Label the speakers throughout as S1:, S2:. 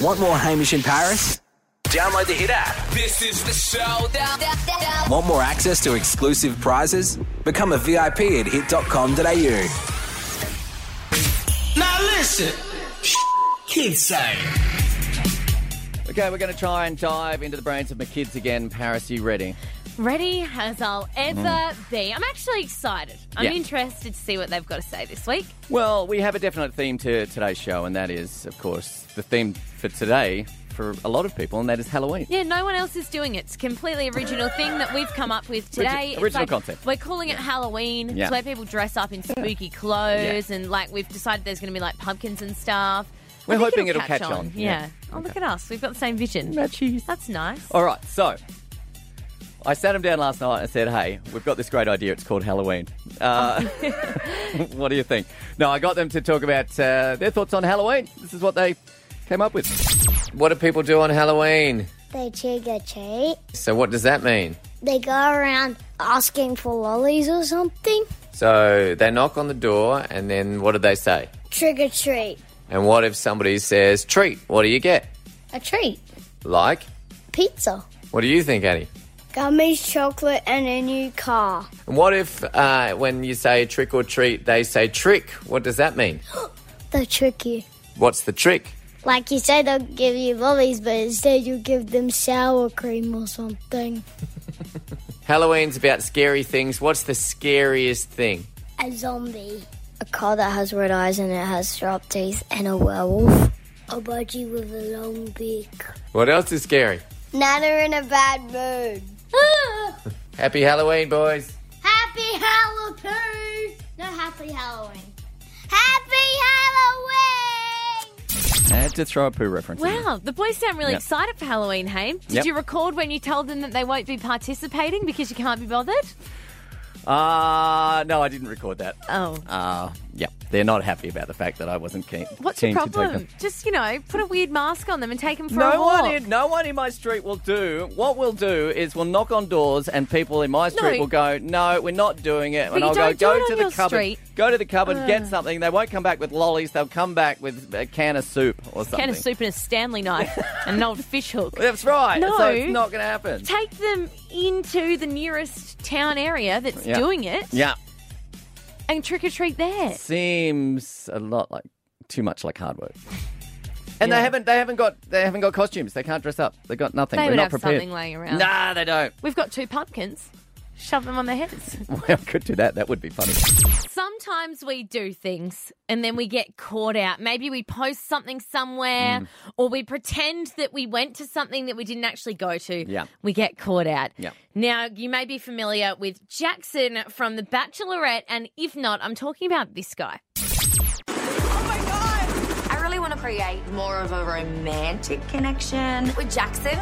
S1: Want more Hamish in Paris? Download the Hit app.
S2: This is the showdown.
S1: Want more access to exclusive prizes? Become a VIP at hit.com.au.
S2: Now listen. Kids say.
S3: Okay, we're going to try and dive into the brains of my kids again. Paris, you ready?
S4: Ready as I'll ever be. I'm actually excited. I'm
S3: Mm. Yeah.
S4: interested to see what they've got to say this week.
S3: Well, we have a definite theme to today's show, and that is, of course, the theme for today for a lot of people, and that is Halloween.
S4: Yeah, no one else is doing it. It's a completely original thing that we've come up with today. It's
S3: original
S4: like-
S3: concept.
S4: We're calling it Halloween.
S3: Yeah.
S4: It's where people dress up in spooky clothes, and like we've decided there's going to be like pumpkins and stuff. I
S3: We're
S4: think
S3: hoping it'll catch on,
S4: Yeah.
S3: yeah.
S4: Oh, look at us. We've got the same vision.
S3: Matches.
S4: That's nice.
S3: All right, so I sat him down last night and said, "Hey, we've got this great idea. It's called Halloween. Uh, what do you think?" No, I got them to talk about uh, their thoughts on Halloween. This is what they came up with.
S5: What do people do on Halloween?
S6: They trick or treat.
S5: So what does that mean?
S6: They go around asking for lollies or something.
S5: So they knock on the door and then what do they say?
S6: Trick or treat.
S5: And what if somebody says treat? What do you get?
S6: A treat.
S5: Like,
S6: Pizza.
S5: what do you think, Annie?
S6: Gummies, chocolate, and a new car.
S5: And what if uh, when you say trick or treat, they say trick? What does that mean?
S6: They'll trick you.
S5: What's the trick?
S6: Like you say, they'll give you lollies, but instead you give them sour cream or something.
S5: Halloween's about scary things. What's the scariest thing?
S6: A zombie. A car that has red eyes and it has sharp teeth, and a werewolf. A budgie with a long beak.
S5: What else is scary?
S6: Nana in a bad mood. Ah!
S5: Happy Halloween, boys.
S6: Happy Halloween! No, Happy Halloween. Happy Halloween!
S3: I had to throw a poo reference. in.
S4: Wow, the boys sound really
S3: Yep.
S4: excited for Halloween, Haim. Did
S3: Yep.
S4: you record when you told them that they won't be participating because you can't be bothered?
S3: Uh, no, I didn't record that.
S4: Oh.
S3: Uh, yeah, they're not happy about the fact that I wasn't keen.
S4: What's
S3: keen
S4: your
S3: To take
S4: problem?
S3: them.
S4: Just, you know, put a weird mask on them and take them for a
S3: No
S4: walk.
S3: one, in, no one in my street will do. What we'll do is we'll knock on doors, and people in my street
S4: No.
S3: will go, "No, we're not doing it." and
S4: you
S3: I'll
S4: don't
S3: go,
S4: do it
S3: "Go
S4: on
S3: to the
S4: your
S3: cupboard,
S4: street."
S3: go to the cupboard, get something." They won't come back with lollies. They'll come back with a can of soup or something.
S4: Can of soup and a Stanley knife and an old fish hook.
S3: That's right.
S4: No.
S3: So it's not going to happen.
S4: Take them into the nearest town area that's
S3: Yeah.
S4: doing it
S3: Yeah,
S4: and trick or treat there.
S3: seems a lot like too much like hard work. And they haven't. They haven't got. They haven't got costumes. They can't dress up. They got nothing.
S4: They
S3: They're
S4: would
S3: not
S4: have
S3: prepared.
S4: something uh, laying around.
S3: Nah, they don't.
S4: We've got two pumpkins. Shove them on their heads.
S3: Well, I could do that. That would be funny.
S4: Sometimes we do things and then we get caught out. Maybe we post something somewhere
S3: Mm.
S4: or we pretend that we went to something that we didn't actually go to.
S3: Yeah.
S4: We get caught out.
S3: Yeah.
S4: Now, you may be familiar with Jackson from The Bachelorette, and if not, I'm talking about this guy.
S7: I really want to create more of a romantic connection with Jackson.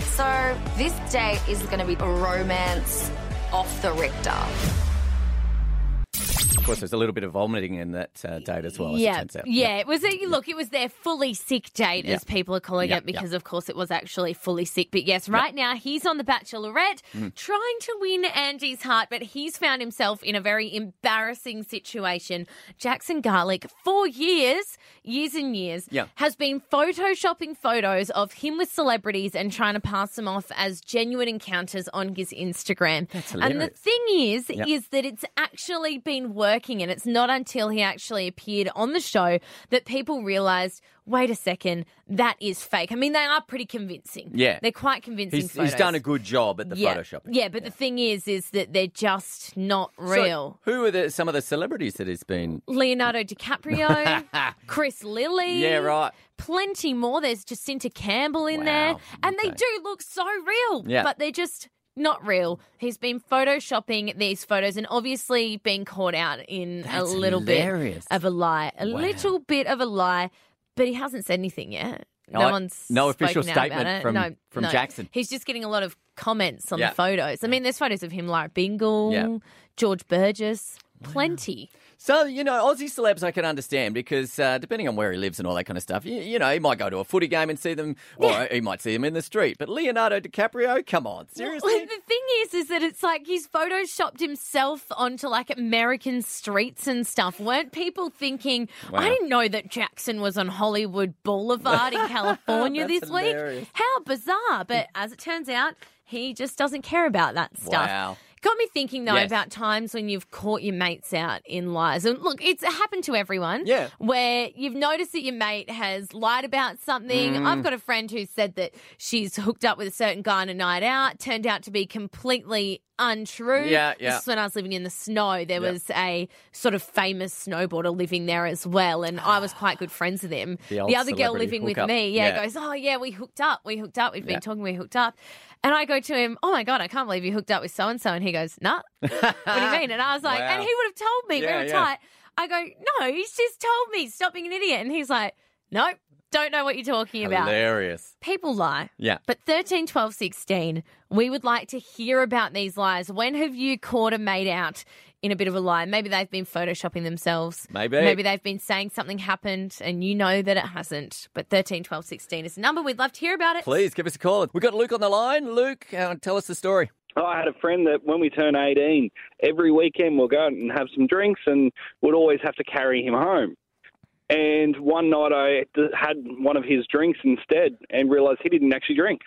S7: So this date is going to be a romance off the Richter.
S3: Of course, there's a little bit of vomiting in that uh, date as well. As it
S4: yeah,
S3: turns out.
S4: yeah, it was. A, look, it was their fully sick date,
S3: Yeah.
S4: as people are calling
S3: Yeah,
S4: it, because of course it was actually fully sick. But yes, right now he's on the Bachelorette,
S3: Mm-hmm.
S4: trying to win Angie's heart, but he's found himself in a very embarrassing situation. Jackson Garlic, for years, years and years,
S3: Yeah.
S4: has been photoshopping photos of him with celebrities and trying to pass them off as genuine encounters on his Instagram. That's And the
S3: hilarious.
S4: thing is, is that it's actually been working, and it's not until he actually appeared on the show that people realised. Wait a second, that is fake. I mean, they are pretty convincing.
S3: Yeah.
S4: they're quite convincing.
S3: He's, he's done a
S4: photos.
S3: good job at the
S4: yeah.
S3: Photoshop.
S4: Yeah, but the thing is, is that they're just not
S3: So,
S4: real.
S3: who are the, some of the celebrities that he's been?
S4: Leonardo DiCaprio, Chris Lilly.
S3: Yeah, right.
S4: Plenty more. There's Jacinta Campbell in
S3: Wow,
S4: there. And they
S3: okay.
S4: do look so real,
S3: Yeah.
S4: but they're just not real. He's been photoshopping these photos and obviously being caught out in a
S3: That's
S4: little
S3: hilarious.
S4: bit of a lie. A
S3: Wow.
S4: little bit of a lie, but he hasn't said anything yet. No,
S3: No,
S4: one's
S3: no official
S4: spoken out about
S3: statement
S4: it.
S3: from-
S4: No,
S3: from
S4: no.
S3: Jackson.
S4: He's just getting a lot of comments on
S3: Yeah.
S4: the photos. I mean, there's photos of him, Lara Bingle,
S3: Yeah.
S4: George Burgess. Plenty.
S3: So, you know, Aussie celebs I can understand because uh, depending on where he lives and all that kind of stuff, you, you know, he might go to a footy game and see them, or he might see them in the street. But Leonardo DiCaprio, come
S4: Well,
S3: on, seriously?
S4: the thing is, is that it's like he's photoshopped himself onto like American streets and stuff. Weren't people thinking,
S3: Wow.
S4: I didn't know that Jackson was on Hollywood Boulevard in California
S3: That's
S4: this
S3: hilarious.
S4: week? How bizarre. But as it turns out, he just doesn't care about that stuff.
S3: Wow.
S4: Got me thinking though
S3: Yes.
S4: about times when you've caught your mates out in lies. And look, it's happened to everyone.
S3: Yeah.
S4: Where you've noticed that your mate has lied about something.
S3: Mm.
S4: I've got a friend who said that she's hooked up with a certain guy on a night out, turned out to be completely untrue.
S3: Yeah, yeah.
S4: This is when I was living in the snow. There
S3: Yeah.
S4: was a sort of famous snowboarder living there as well. And I was quite good friends with him.
S3: The old
S4: other girl
S3: celebrity
S4: living with
S3: hookup.
S4: me, yeah,
S3: Yeah.
S4: goes, Oh, yeah, we hooked up. We hooked up. We've been
S3: Yeah.
S4: talking. We hooked up. And I go to him, Oh my God, I can't believe you hooked up with so and so. And he goes, Nah. what do you mean? And I was like,
S3: Wow.
S4: And he would have told me.
S3: Yeah,
S4: we were
S3: yeah.
S4: tight. I go, No, he's just told me. Stop being an idiot. And he's like, Nope, don't know what you're talking about.
S3: Hilarious.
S4: People lie.
S3: Yeah.
S4: But 13, 12, 16, we would like to hear about these lies. When have you caught a mate out in a bit of a lie? Maybe they've been photoshopping themselves.
S3: Maybe.
S4: Maybe they've been saying something happened and you know that it hasn't. But 13, 12, 16 is the number. We'd love to hear about it.
S3: Please give us a call. We've got Luke on the line. Luke, uh, tell us the story.
S8: Oh, I had a friend that when we turn 18, every weekend we'll go out and have some drinks and would always have to carry him home. And one night I d- had one of his drinks instead and realised he didn't actually drink.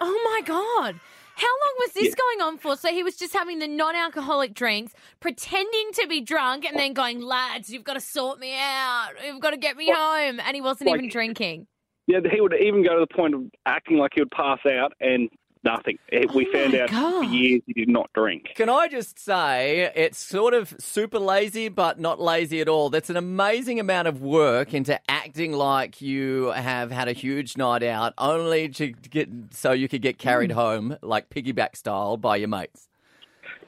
S4: Oh my God. How long was this going on for? So he was just having the non alcoholic drinks, pretending to be drunk, and then going, lads, you've got to sort me out. You've got to get me home. And he wasn't
S8: Like-
S4: even drinking.
S8: Yeah, he would even go to the point of acting like he would pass out and nothing. It- we
S4: Oh
S8: found
S4: my
S8: out for
S4: God.
S8: years he did not drink.
S3: Can I just say it's sort of super lazy, but not lazy at all. That's an amazing amount of work into acting like you have had a huge night out, only to get so you could get carried home like piggyback style by your mates.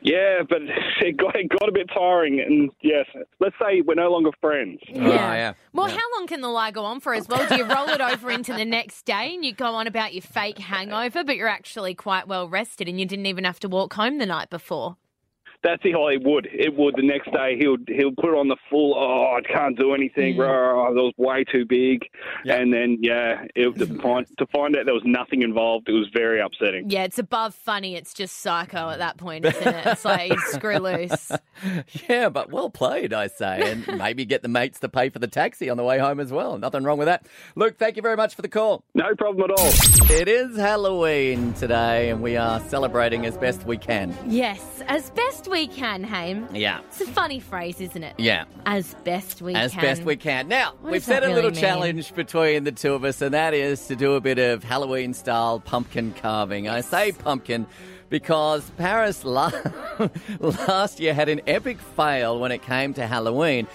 S8: Yeah, but it got, it got a bit tiring. And yes, let's say we're no longer friends.
S3: Yeah. Oh, yeah.
S4: Well, how long can the lie go on for as well? Do you roll it over into the next day and you go on about your fake hangover, but you're actually quite well rested and you didn't even have to walk home the night before?
S8: That's the whole. It would. It would. The next day, he'll he'll put on the full. Oh, I can't do anything. Rah, that was way too big.
S3: Mm. Yeah.
S8: And then yeah, it, to find to find out there was nothing involved, it was very upsetting.
S4: Yeah, it's above funny. It's just psycho at that point, isn't it? It's like screw loose.
S3: Yeah, but well played, I say. And maybe get the mates to pay for the taxi on the way home as well. Nothing wrong with that. Luke, thank you very much for the call.
S8: No problem at all.
S3: It is Halloween today, and we are celebrating as best we can.
S4: Yes, as best we can, Haim.
S3: Yeah.
S4: It's a funny phrase, isn't it?
S3: Yeah.
S4: As best we
S3: As
S4: can.
S3: best we can. Now,
S4: What
S3: we've
S4: does that
S3: set a little
S4: really mean?
S3: challenge between the two of us, and that is to do a bit of Halloween style pumpkin carving. I say pumpkin because Paris la- last year had an epic fail when it came to Halloween.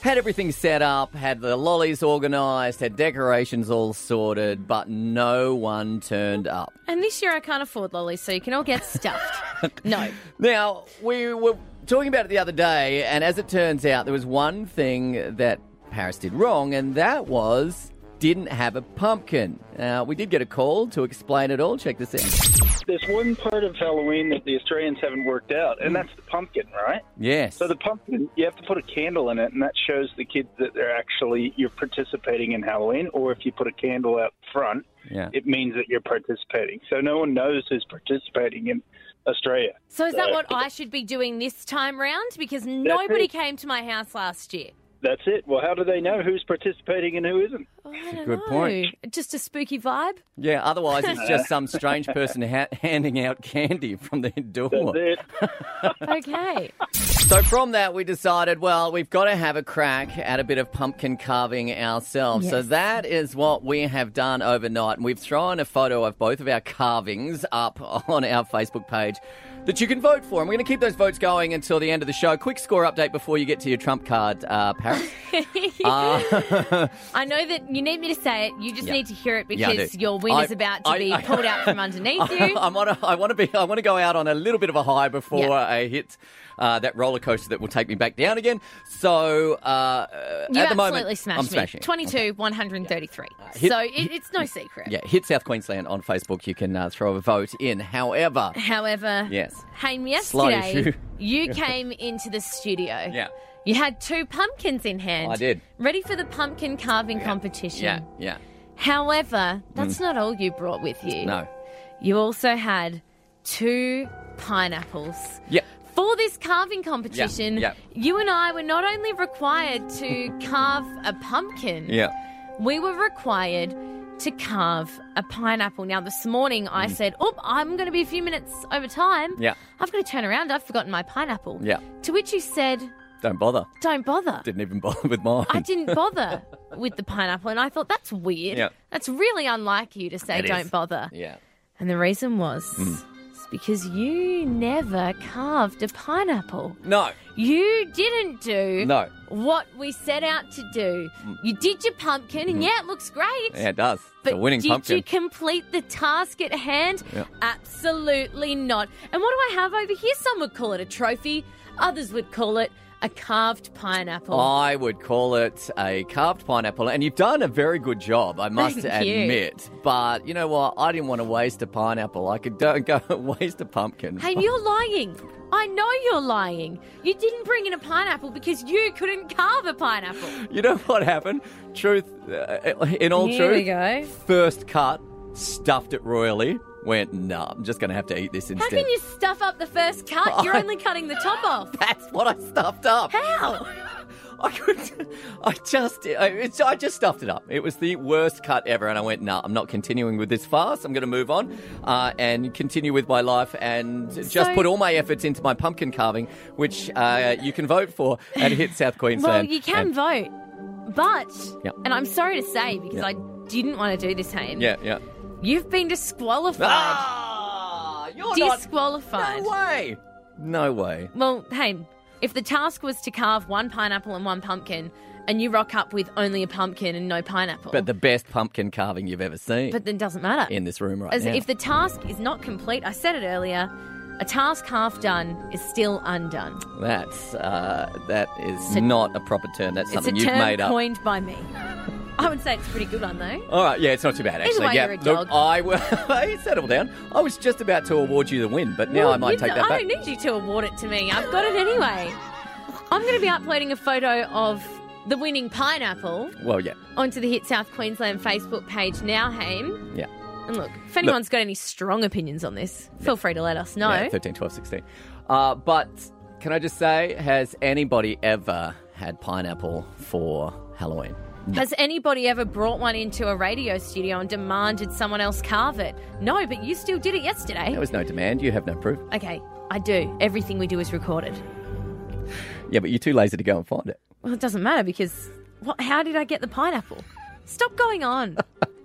S3: Had everything set up, had the lollies organised, had decorations all sorted, but no one turned up.
S4: And this year I can't afford lollies, so you can all get stuffed. no.
S3: Now, we were talking about it the other day, and as it turns out, there was one thing that Paris did wrong, and that was didn't have a pumpkin. Uh, we did get a call to explain it all. Check this out.
S9: There's one part of Halloween that the Australians haven't worked out,
S8: Mm.
S9: and that's the pumpkin, right?
S3: Yes.
S9: So the pumpkin, you have to put a candle in it, and that shows the kids that they're actually you're participating in Halloween. Or if you put a candle out front,
S3: yeah.
S9: it means that you're participating. So no one knows who's participating in Australia.
S4: So is that
S9: So-
S4: what I should be doing this time round? Because nobody
S9: it.
S4: came to my house last year.
S9: That's it. Well, how do they know who's participating and who isn't?
S4: Oh, I don't
S3: good
S4: know.
S3: point.
S4: Just a spooky vibe.
S3: yeah, otherwise it's just some strange person ha- handing out candy from the door.
S9: That's it.
S4: Okay.
S3: So from that, we decided, well, we've got to have a crack at a bit of pumpkin carving ourselves. So
S4: Yes.
S3: that is what we have done overnight. And we've thrown a photo of both of our carvings up on our Facebook page that you can vote for. And we're going to keep those votes going until the end of the show. Quick score update before you get to your trump card, uh, Paris. Uh,
S4: I know that you need me to say it. You just
S3: Yeah.
S4: need to hear it
S3: Yeah, I
S4: because
S3: do.
S4: your win
S3: I-
S4: is about to
S3: I-
S4: be
S3: I-
S4: pulled out from underneath you.
S3: I'm on a, I want to be. I want to go out on a little bit of a high before
S4: Yeah.
S3: I hit uh, that roller coaster that will take me back down again. So uh,
S4: You
S3: at the
S4: absolutely
S3: moment,
S4: smashed
S3: I'm
S4: me.
S3: smashing. it.
S4: 22, 133.
S3: Hit-
S4: so it, it's no secret.
S3: Yeah, hit South Queensland on Facebook. You can uh, throw a vote in. However,
S4: However,
S3: yes,
S4: Hayne,
S3: Slight
S4: yesterday
S3: issue.
S4: you came into the studio.
S3: yeah,
S4: You had two pumpkins in hand.
S3: I did.
S4: Ready for the pumpkin carving competition.
S3: yeah, yeah.
S4: However, that's not all you brought with you.
S3: No,
S4: You also had two pineapples.
S3: yeah.
S4: For this carving competition,
S3: yeah.
S4: you and I were not only required to carve a pumpkin,
S3: Yeah.
S4: we were required to carve a pineapple. Now, this morning I said, Oh, I'm going to be a few minutes over time.
S3: Mm. Yeah.
S4: I've got to turn around. I've forgotten my pineapple.
S3: Yeah.
S4: To which you said,
S3: Don't bother.
S4: Don't bother.
S3: Didn't even bother with mine.
S4: I didn't bother with the pineapple. And I thought, That's weird.
S3: Yeah.
S4: That's really unlike you to say,
S3: It
S4: Don't
S3: is.
S4: bother.
S3: Yeah. Mm.
S4: And the reason was it's because you never carved a pineapple.
S3: No.
S4: You didn't do
S3: No. Mm.
S4: what we set out to do. You did your pumpkin, and yeah, it looks great.
S3: Mm-hmm. Yeah, it does.
S4: But
S3: it's a winning
S4: did
S3: pumpkin.
S4: you complete the task at hand?
S3: Yeah.
S4: Absolutely not. And what do I have over here? Some would call it a trophy, others would call it a carved pineapple.
S3: I would call it a carved pineapple, and you've done a very good job, I must
S4: Thank you.
S3: admit. But you know what? I didn't want to waste a pineapple. I could don't go waste a pumpkin.
S4: Hey, you're lying. I know you're lying. You didn't bring in a pineapple because you couldn't carve a pineapple.
S3: You know what happened? Truth, uh, in all
S4: Here
S3: truth,
S4: we go.
S3: first cut, stuffed it royally. Went, nah, I'm just going to have to eat this
S4: How
S3: instead.
S4: can you stuff up the first cut? You're only cutting the top off.
S3: That's what I stuffed up.
S4: How?
S3: I could, I just, I, it's, I just stuffed it up. It was the worst cut ever, and I went, nah, I'm not continuing with this farce. I'm going to move on uh, and continue with my life, and just
S4: So-
S3: put all my efforts into my pumpkin carving, which uh, you can vote for at Hit South
S4: Well,
S3: Queensland.
S4: you can
S3: And-
S4: vote, but
S3: Yep.
S4: and I'm sorry to say because
S3: Yep.
S4: I didn't want to do this, Hayden.
S3: Yeah, yeah.
S4: You've been disqualified.
S3: Ah, you're
S4: disqualified.
S3: not. No way. No way.
S4: Well, hey, if the task was to carve one pineapple and one pumpkin, and you rock up with only a pumpkin and no pineapple,
S3: But the best pumpkin carving you've ever seen
S4: but then doesn't matter.
S3: in this room right
S4: As
S3: now.
S4: if the task is not complete, I said it earlier. A task half done is still undone.
S3: That's uh, that is
S4: a-
S3: not a proper term. That's something
S4: it's a
S3: you've
S4: term
S3: made up.
S4: coined by me. I would say it's a pretty good one though.
S3: All right, yeah, it's not too bad actually.
S4: way,
S3: yeah,
S4: you're a dog.
S3: look, I will. hey, settle down. I was just about to award you the win, but now
S4: Well,
S3: I might
S4: you
S3: take
S4: don't-
S3: that
S4: I
S3: back.
S4: don't need you to award it to me. I've got it anyway. I'm going to be uploading a photo of the winning pineapple
S3: Well, yeah,
S4: onto the Hit South Queensland Facebook page now, Haim.
S3: yeah.
S4: And look, if anyone's got any strong opinions on this, feel free to let us know.
S3: yeah 13, 12, 16. Uh, but can I just say, has anybody ever had pineapple for Halloween?
S4: Has anybody ever brought one into a radio studio and demanded someone else carve it? No, but you still did it yesterday.
S3: There was no demand. You have no proof.
S4: Okay, I do. Everything we do is recorded.
S3: Yeah, but you're too lazy to go and find it.
S4: Well, it doesn't matter because what, how did I get the pineapple? Stop going on.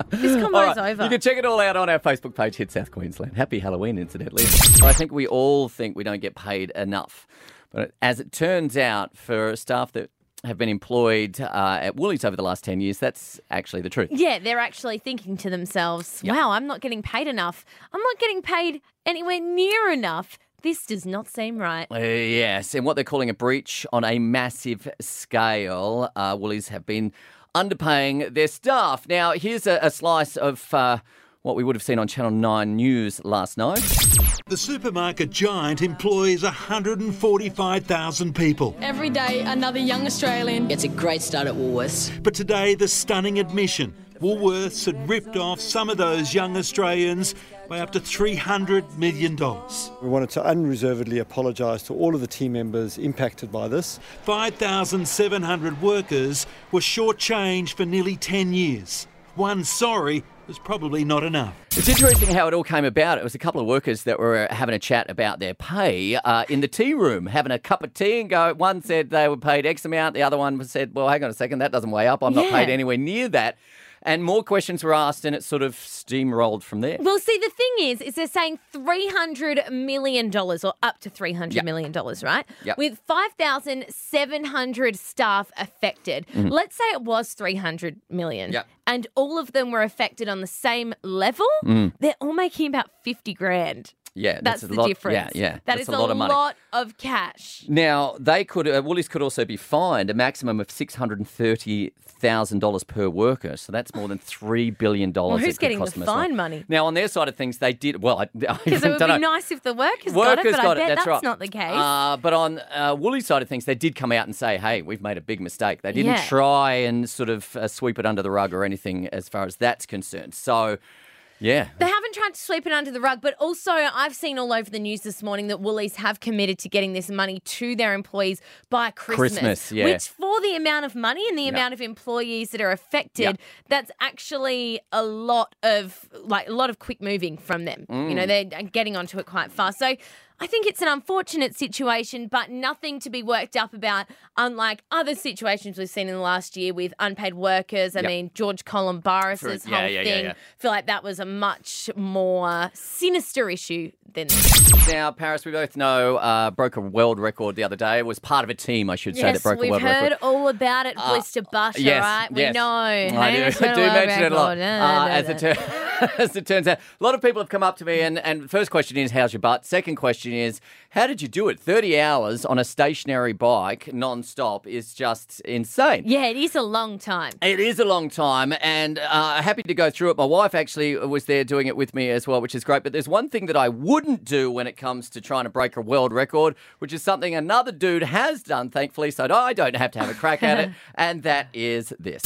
S4: This
S3: All
S4: combo's
S3: right,
S4: over.
S3: You can check it all out on our Facebook page, Hit South Queensland. Happy Halloween, incidentally. I think we all think we don't get paid enough. But as it turns out, for staff that have been employed uh, at Woolies over the last 10 years, that's actually the truth.
S4: Yeah, they're actually thinking to themselves, wow, I'm not getting paid enough. I'm not getting paid anywhere near enough. This does not seem right.
S3: Uh, yes, and what they're calling a breach on a massive scale. Uh, Woolies have been underpaying their staff. Now, here's a, a slice of uh, what we would have seen on Channel 9 News last night.
S10: The supermarket giant employs 145,000 people.
S11: Every day, another young Australian gets a great start at Woolworths.
S10: But today, the stunning admission Woolworths had ripped off some of those young Australians by up to $300 million.
S12: We wanted to unreservedly apologise to all of the team members impacted by this.
S10: 5,700 workers were shortchanged for nearly 10 years. One sorry was probably not enough.
S3: It's interesting how it all came about. It was a couple of workers that were uh, having a chat about their pay uh, in the tea room, having a cup of tea, and go. One said they were paid X amount, the other one said, "Well, hang on a second, that doesn't weigh up. I'm not
S4: Yeah.
S3: paid anywhere near that." and more questions were asked, and it sort of steamrolled from there.
S4: Well, see, the thing is, is they're saying three hundred million dollars, or up to three hundred
S3: Yep.
S4: million dollars, right?
S3: Yep.
S4: With five thousand seven hundred staff affected.
S3: Mhm.
S4: Let's say it was three hundred million,
S3: Yep.
S4: and all of them were affected on the same level.
S3: Mm.
S4: They're all making about fifty grand.
S3: Yeah,
S4: that's,
S3: that's a
S4: the
S3: lot-
S4: difference.
S3: yeah, yeah,
S4: That
S3: that's
S4: is
S3: a lot of money.
S4: of cash.
S3: Now they could uh, Woolies could also be fined a maximum of six hundred and thirty thousand dollars per worker. So that's more than three billion dollars.
S4: Well, who's getting the fine money?
S3: Now on their side of things, they did well. I, I
S4: Because it would
S3: don't
S4: be
S3: know.
S4: nice if the workers, got it,
S3: Workers
S4: but I bet
S3: That's,
S4: that's,
S3: right.
S4: not the case.
S3: Uh, but on uh, Woolies' side of things, they did come out and say, "Hey, we've made a big mistake." They didn't
S4: Yeah.
S3: try and sort of uh, sweep it under the rug or anything as far as that's concerned. So, yeah,
S4: They haven't tried to sweep it under the rug, but also I've seen all over the news this morning that Woolies have committed to getting this money to their employees by Christmas.
S3: Christmas, yeah.
S4: Which, for the amount of money and the
S3: Yeah.
S4: amount of employees that are affected,
S3: Yeah.
S4: that's actually a lot of like a lot of quick moving from them. You
S3: Mm.
S4: know, they're getting onto it quite fast. So. I think it's an unfortunate situation, but nothing to be worked up about, unlike other situations we've seen in the last year with unpaid workers. I
S3: Yeah.
S4: mean, George Colin Barris's
S3: For- yeah,
S4: whole
S3: yeah, yeah,
S4: thing
S3: yeah.
S4: feel like that was a much more sinister issue than this.
S3: Now, Paris, we both know, uh, broke a world record the other day. It was part of a team, I should say, that
S4: Yes,
S3: broke a
S4: we've
S3: world
S4: heard
S3: record.
S4: all about it,
S3: Uh,
S4: Blister Bush,
S3: yes,
S4: right? We
S3: yes.
S4: know.
S3: I do, I
S4: Hamish
S3: do
S4: got a world
S3: mention it a lot.
S4: record. No,
S3: Uh,
S4: no,
S3: as,
S4: no.
S3: it tur- as it turns out, a lot of people have come up to me, and, and first question is, how's your butt? Second question is, how did you do it? 30 hours on a stationary bike non-stop is just insane.
S4: Yeah, it is a long time.
S3: It is a long time, and uh, happy to go through it. My wife actually was there doing it with me as well, which is great. But there's one thing that I wouldn't do when it comes to trying to break a world record, which is something another dude has done, thankfully, so I don't have to have a crack at it, and that is this.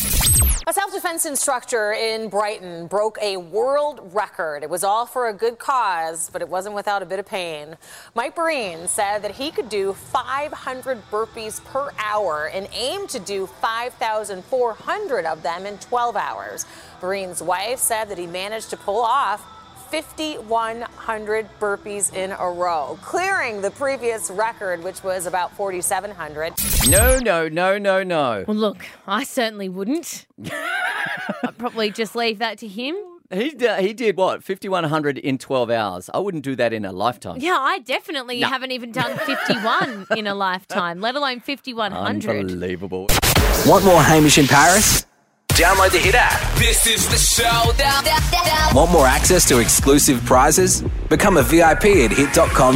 S13: A self defense instructor in Brighton broke a world record. It was all for a good cause, but it wasn't without a bit of pain. Mike Breen said that he could do 500 burpees per hour and aimed to do 5,400 of them in 12 hours. Breen's wife said that he managed to pull off 5,100 burpees in a row, clearing the previous record, which was about 4,700.
S3: No, no, no, no, no.
S4: Well, look, I certainly wouldn't. I'd probably just leave that to him.
S3: He, d- he did what? 5,100 in 12 hours. I wouldn't do that in a lifetime.
S4: Yeah, I definitely
S3: No.
S4: haven't even done 51 in a lifetime, let alone 5,100.
S3: Unbelievable.
S1: Want more Hamish in Paris? Download the Hit app.
S2: This is the showdown.
S1: Want more access to exclusive prizes? Become a VIP at hit.com.au.